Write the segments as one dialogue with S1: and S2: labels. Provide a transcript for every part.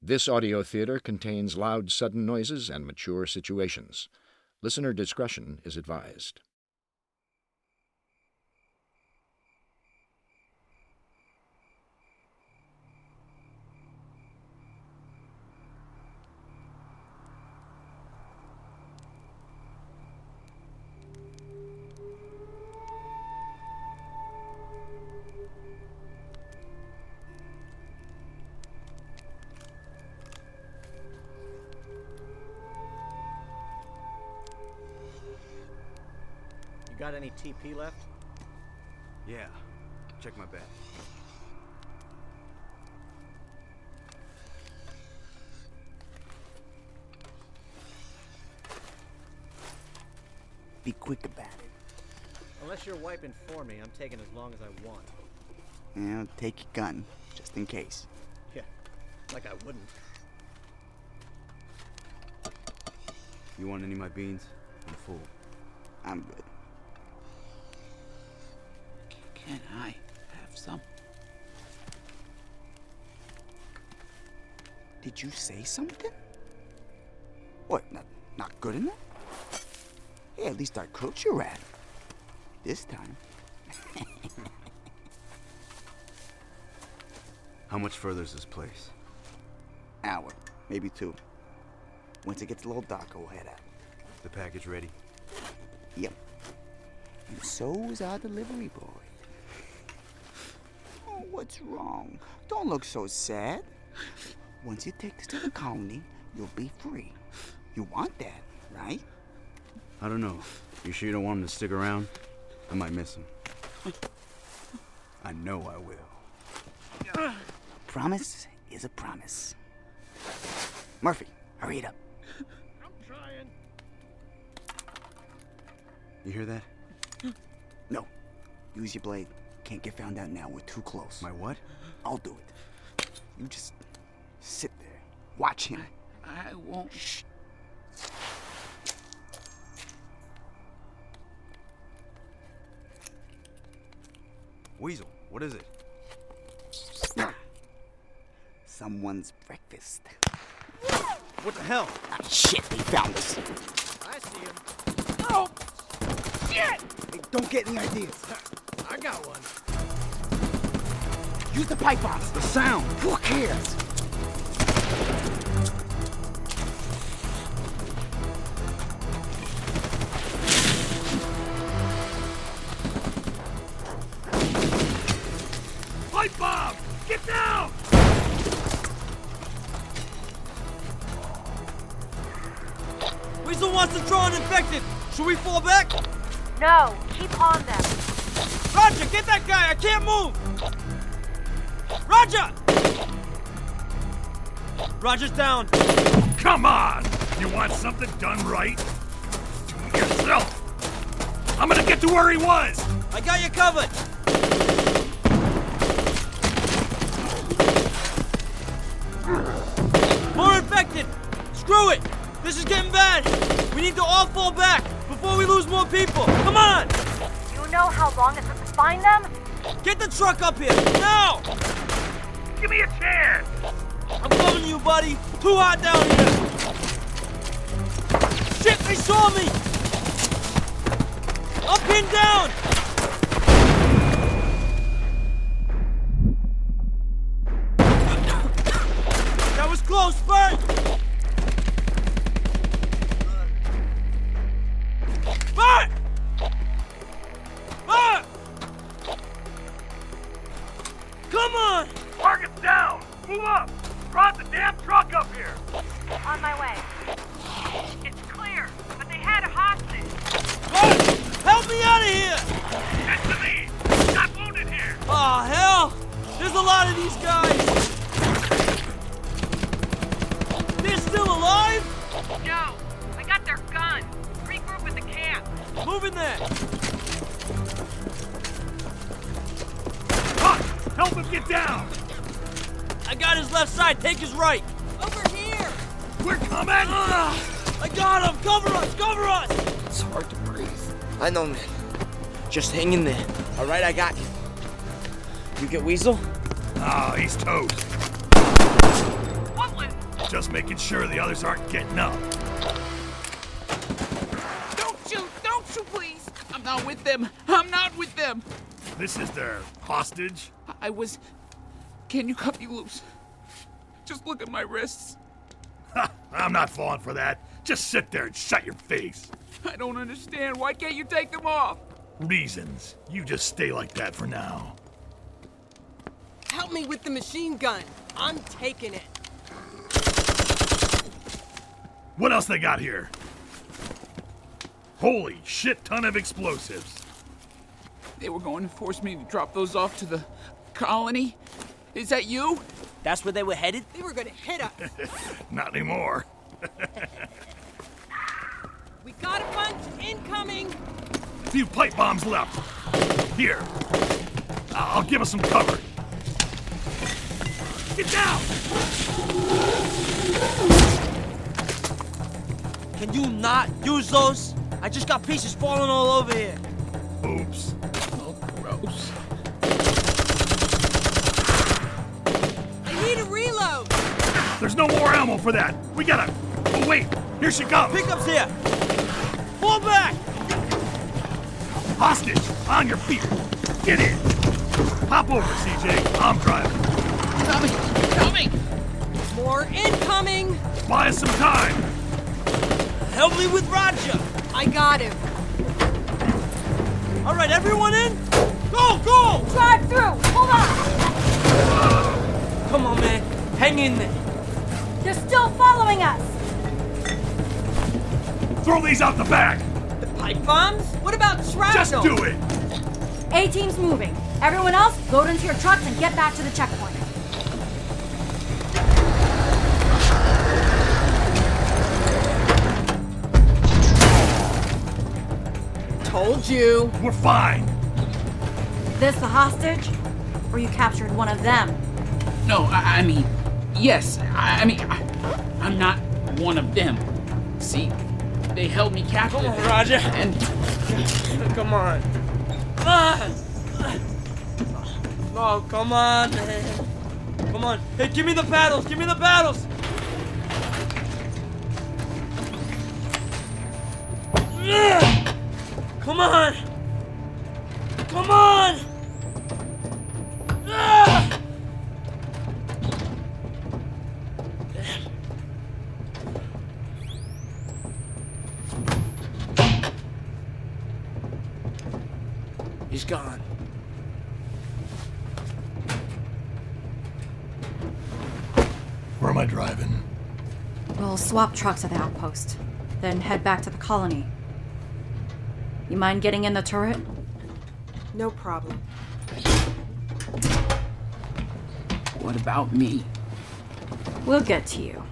S1: This audio theater contains loud, sudden noises and mature situations. Listener discretion is advised.
S2: You got any TP left?
S3: Yeah. Check my bag.
S4: Be quick about it.
S2: Unless you're wiping for me, I'm taking as long as I want.
S4: You know, take your gun, just in case.
S2: Yeah, like I wouldn't.
S3: You want any of my beans? I'm full.
S4: I'm good. Can I have some? Did you say something? What? Not, not good enough? Hey, at least I cooked your rat. This time.
S3: How much further is this place?
S4: hour, maybe two. Once it gets a little darker, we'll head out.
S3: The package ready?
S4: Yep. And so is our delivery boy. Oh, what's wrong? Don't look so sad. Once you take this to the colony, you'll be free. You want that, right?
S3: I don't know. You sure you don't want him to stick around? I might miss him. I know I will.
S4: Promise is a promise. Murphy, hurry it up.
S3: You hear that?
S4: No. Use your blade. Can't get found out now. We're too close.
S3: My what?
S4: I'll do it. You just sit there. Watch him.
S5: I won't. Shh.
S3: Weasel. What is it?
S4: Someone's breakfast.
S3: What the hell?
S4: Ah, shit, they found us.
S2: I see him.
S3: Oh,
S4: Hey, don't get any ideas.
S2: I got one.
S4: Use the pipe bombs.
S3: The sound!
S4: Who cares?
S3: Light bomb! Get down!
S2: Weasel wants to draw infected. Should we fall back?
S6: No, keep on them.
S2: Roger, get that guy. I can't move. Roger. Roger's down.
S7: Come on! You want something done right? Do it yourself! I'm gonna get to where he was!
S2: I got you covered. More infected. Screw it. This is getting bad. We need to all fall back before we lose more people. Come on.
S6: You know how long it took to find them?
S2: Get the truck up here. Now.
S7: Give me a chance!
S2: I'm coming to you, buddy. Too hot down here. Shit, they saw me. Up and down. that was close, Bert. Bert! Bert! Come on!
S7: Target's down! Move up! Drive the damn truck up here!
S6: On my way. It's clear, but they had a hostage.
S2: Bert! Help me out of here!
S7: Get to me! Got wounded here!
S2: Oh hell! There's a lot of these guys! They're still alive?
S6: No, I got their gun. Regroup at the camp.
S2: Moving there!
S7: Huck! Help him get down!
S2: I got his left side, take his right! Over here!
S7: We're coming!
S2: Ah! I got him! Cover us! Cover us!
S8: It's hard to breathe. I know, man. Just hang in there. All right, I got you. You get Weasel?
S7: Oh, he's toast.
S6: Woodland,
S7: Just making sure the others aren't getting up.
S5: Don't you, don't you please! I'm not with them. I'm not with them.
S7: This is their hostage.
S5: I- I was. Can you cut me loose? Just look at my wrists.
S7: Ha, I'm not falling for that. Just sit there and shut your face.
S5: I don't understand. Why can't you take them off?
S7: Reasons. You just stay like that for now.
S9: Help me with the machine gun. I'm taking it.
S7: What else they got here? Holy shit ton of explosives.
S5: They were going to force me to drop those off to the colony. Is that you?
S2: That's where they were headed?
S9: They were gonna hit us.
S7: Not anymore.
S9: We got a bunch incoming.
S7: few pipe bombs left. Here. I- I'll give us some cover. Get down!
S2: Can you not use those? I just got pieces falling all over here.
S7: Oops.
S5: Oh, gross.
S9: I need a reload.
S7: There's no more ammo for that. We gotta. Oh, wait. Here she comes.
S2: Pickup's here. Pull back.
S7: Hostage. On your feet. Get in. Hop over, CJ. I'm driving.
S5: Coming! Coming!
S9: More incoming.
S7: Buy us some time.
S2: Help me with Roger.
S9: I got him.
S2: All right, everyone in? Go, go!
S6: Drive through! Hold on!
S2: Come on, man. Hang in there.
S6: They're still following us!
S7: Throw these out the back.
S9: The pipe bombs? What about shrapnel?
S7: Just do it.
S6: A team's moving. Everyone else, load into your trucks and get back to the checkpoint.
S9: Told you.
S7: We're fine.
S6: This the hostage? Or you captured one of them?
S5: No, I, I mean, yes. I, I mean, I, I'm not one of them. See, they held me captive.
S2: Come on, Roger.
S5: And
S2: Come on. Ah! No, Oh, come on, man. Come on. Hey, give me the paddles. Give me the paddles. Ugh! Come on. Come on. Ah! He's gone.
S7: Where am I driving?
S6: We'll swap trucks at the outpost, then head back to the colony. You mind getting in the turret?
S9: No problem.
S5: what about me?
S6: We'll get to you.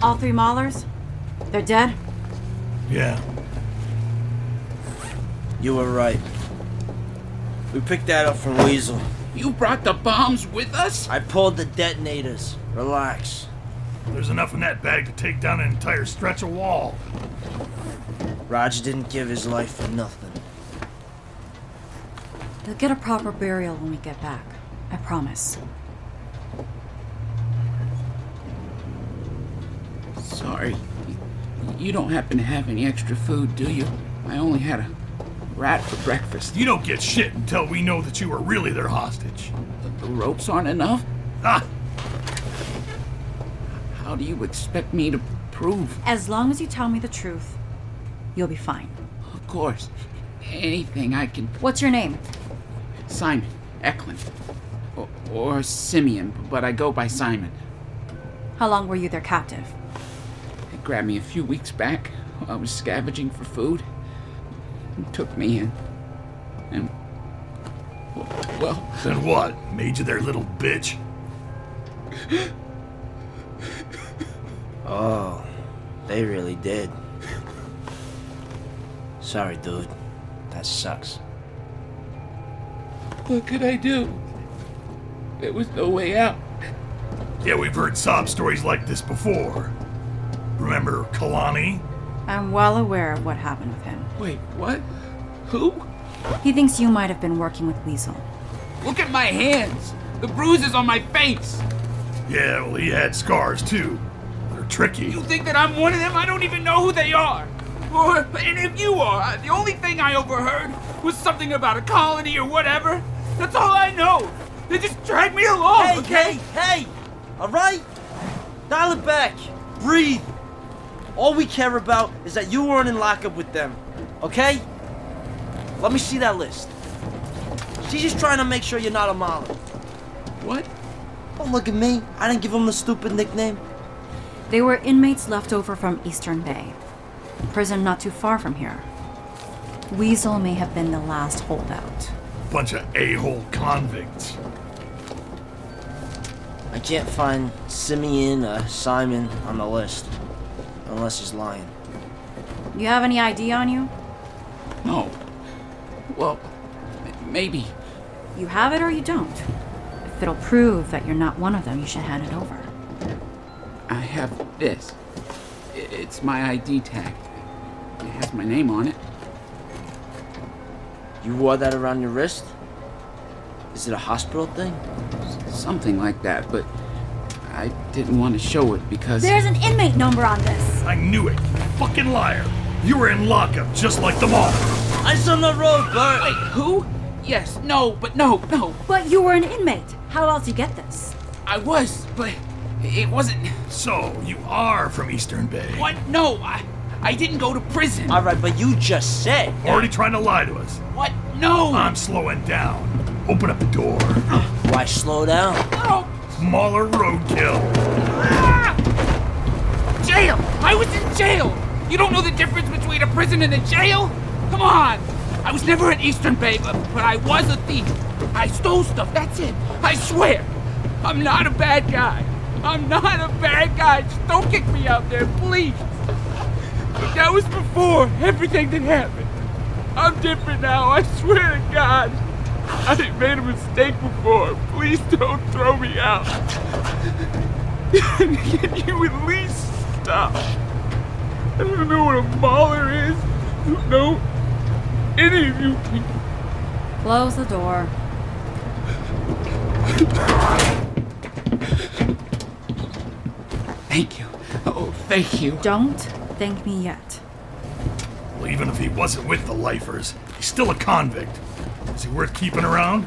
S6: All three Maulers? They're dead?
S7: Yeah.
S2: You were right. We picked that up from Weasel.
S5: You brought the bombs with us?
S2: I pulled the detonators. Relax.
S7: There's enough in that bag to take down an entire stretch of wall.
S2: Roger didn't give his life for nothing.
S6: They'll get a proper burial when we get back. I promise.
S5: Sorry. You- You don't happen to have any extra food, do you? I only had a rat for breakfast.
S7: You don't get shit until we know that you were really their hostage.
S5: The, the ropes aren't enough?
S7: Ah,
S5: How do you expect me to prove?
S6: As long as you tell me the truth, you'll be fine.
S5: Of course. Anything I can.
S6: What's your name?
S5: Simon, Eklund, or, or Simeon, but I go by Simon.
S6: How long were you their captive?
S5: They grabbed me a few weeks back. I was scavenging for food. And took me in. And. Well,
S7: then what? Made you their little bitch?
S2: They really did. Sorry, dude. That sucks.
S5: what could I do? There was no way out.
S7: Yeah, we've heard sob stories like this before. Remember Kalani?
S6: I'm well aware of what happened with him.
S5: Wait, what? Who?
S6: He thinks you might have been working with Weasel.
S5: Look at my hands! The bruises on my face!
S7: Yeah, well, he had scars too. They're tricky.
S10: You think that I'm one of them? I don't even know who they are. Or, and if you are, I- the only thing I overheard was something about a colony or whatever. That's all I know. They just dragged me along.
S2: Hey,
S10: okay?
S2: hey, hey! All right? Dial it back. Breathe. All we care about is that you weren't in lockup with them, okay? Let me see that list. She's just trying to make sure you're not a molly.
S5: What?
S2: Don't look at me. I didn't give him the stupid nickname.
S6: They were inmates left over from Eastern Bay, a prison not too far from here. Weasel may have been the last holdout.
S7: Bunch of a-hole convicts.
S2: I can't find Simeon or Simon on the list. Unless he's lying.
S6: You have any ID on you?
S5: No. Well, maybe.
S6: You have it or you don't. If it'll prove that you're not one of them, you should hand it over.
S5: I have this. I- It's my ID tag. It has my name on it.
S2: You wore that around your wrist? Is it a hospital thing?
S5: Something like that, but I didn't want to show it because.
S6: There's an inmate number on this.
S7: I knew it. Fucking liar. You were in lockup just like them all.
S2: Ice on the road, Bert!
S5: Wait, who? Yes, no, but no, no.
S6: But you were an inmate. How else you get this?
S5: I was, but it wasn't.
S7: So, you are from Eastern Bay.
S5: What? No, I, I didn't go to prison.
S2: Alright, but you just said.
S7: Already trying to lie to us.
S5: what? No.
S7: I'm slowing down. Open up the door.
S2: Why slow down?
S5: no.
S7: Smaller roadkill.
S10: Ah! Jail! I was in jail! You don't know the difference between a prison and a jail? Come on! I was never in Eastern Bay, but, but I was a thief. I stole stuff, that's it. I swear. I'm not a bad guy. I'm not a bad guy. Just don't kick me out there, please. But that was before everything that happened. I'm different now, I swear to God. I made a mistake before. Please don't throw me out. Can you at least stop? I don't know what a mauler is. I don't know any of you people.
S6: Close the door.
S5: Thank you. Oh, thank you.
S6: Don't thank me yet.
S7: Well, even if he wasn't with the lifers, he's still a convict. Is he worth keeping around?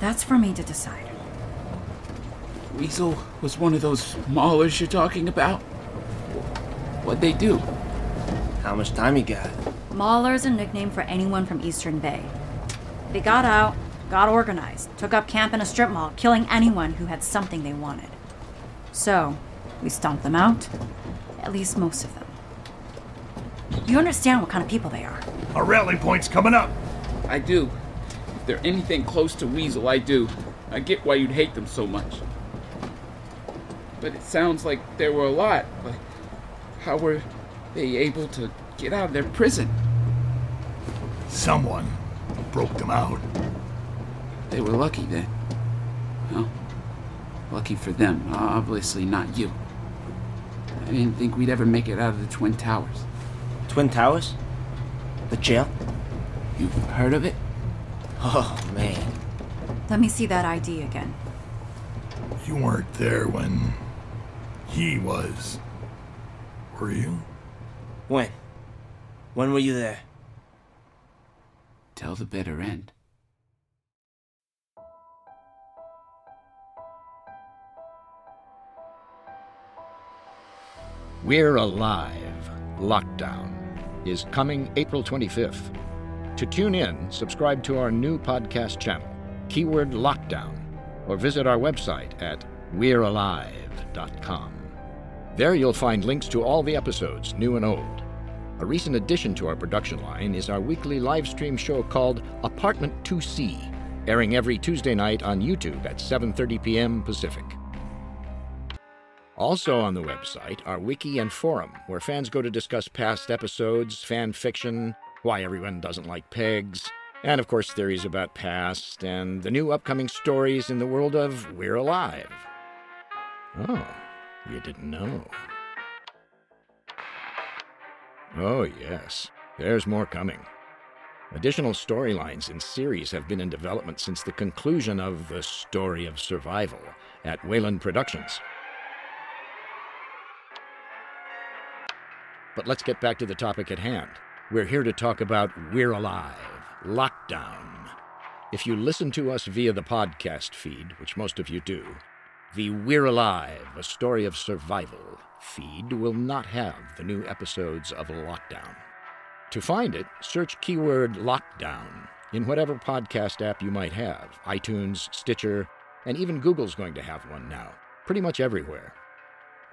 S6: That's for me to decide.
S5: Weasel was one of those maulers you're talking about. What'd they do?
S2: How much time you got?
S6: Mauler's a nickname for anyone from Eastern Bay. They got out, got organized, took up camp in a strip mall, killing anyone who had something they wanted. So, we stomped them out. At least most of them. You understand what kind of people they are.
S7: Our rally point's coming up.
S5: I do. If they're anything close to Weasel, I do. I get why you'd hate them so much. But it sounds like there were a lot. Like, how were they able to get out of their prison?
S7: Someone broke them out.
S5: They were lucky then. Well, lucky for them. Obviously not you. I didn't think we'd ever make it out of the Twin Towers.
S2: Twin Towers? The jail?
S5: You've heard of it?
S2: Oh, man.
S6: Let me see that ID again.
S7: You weren't there when he was. Were you?
S2: When? When were you there?
S5: Till the bitter end.
S1: We're Alive Lockdown is coming April 25th. To tune in, subscribe to our new podcast channel, Keyword Lockdown, or visit our website at we'realive.com. There you'll find links to all the episodes, new and old. A recent addition to our production line is our weekly live stream show called Apartment 2C, airing every Tuesday night on YouTube at 7:30 p.m. Pacific. Also on the website are wiki and forum, where fans go to discuss past episodes, fan fiction, why everyone doesn't like pegs, and of course theories about past and the new upcoming stories in the world of We're Alive. Oh, you didn't know. Oh, yes, there's more coming. Additional storylines and series have been in development since the conclusion of The Story of Survival at Wayland Productions. But let's get back to the topic at hand. We're here to talk about We're Alive Lockdown. If you listen to us via the podcast feed, which most of you do, the We're Alive, a story of survival feed will not have the new episodes of Lockdown. To find it, search keyword lockdown in whatever podcast app you might have iTunes, Stitcher, and even Google's going to have one now, pretty much everywhere.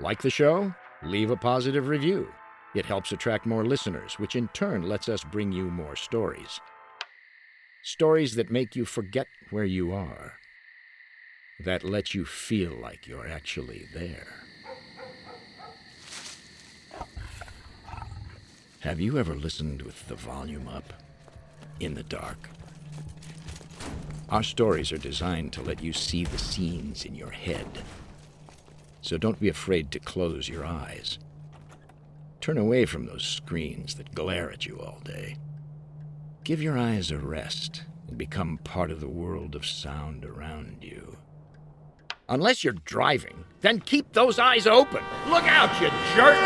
S1: Like the show? Leave a positive review. It helps attract more listeners, which in turn lets us bring you more stories. Stories that make you forget where you are, that let you feel like you're actually there. Have you ever listened with the volume up? In the dark? Our stories are designed to let you see the scenes in your head. So don't be afraid to close your eyes. Turn away from those screens that glare at you all day. Give your eyes a rest and become part of the world of sound around you. Unless you're driving, then keep those eyes open. Look out, you jerk!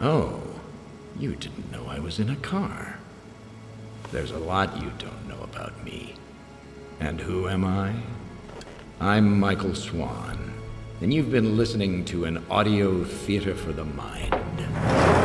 S1: Oh, you didn't know I was in a car. There's a lot you don't know about me. And who am I? I'm Michael Swan, and you've been listening to an audio theater for the mind.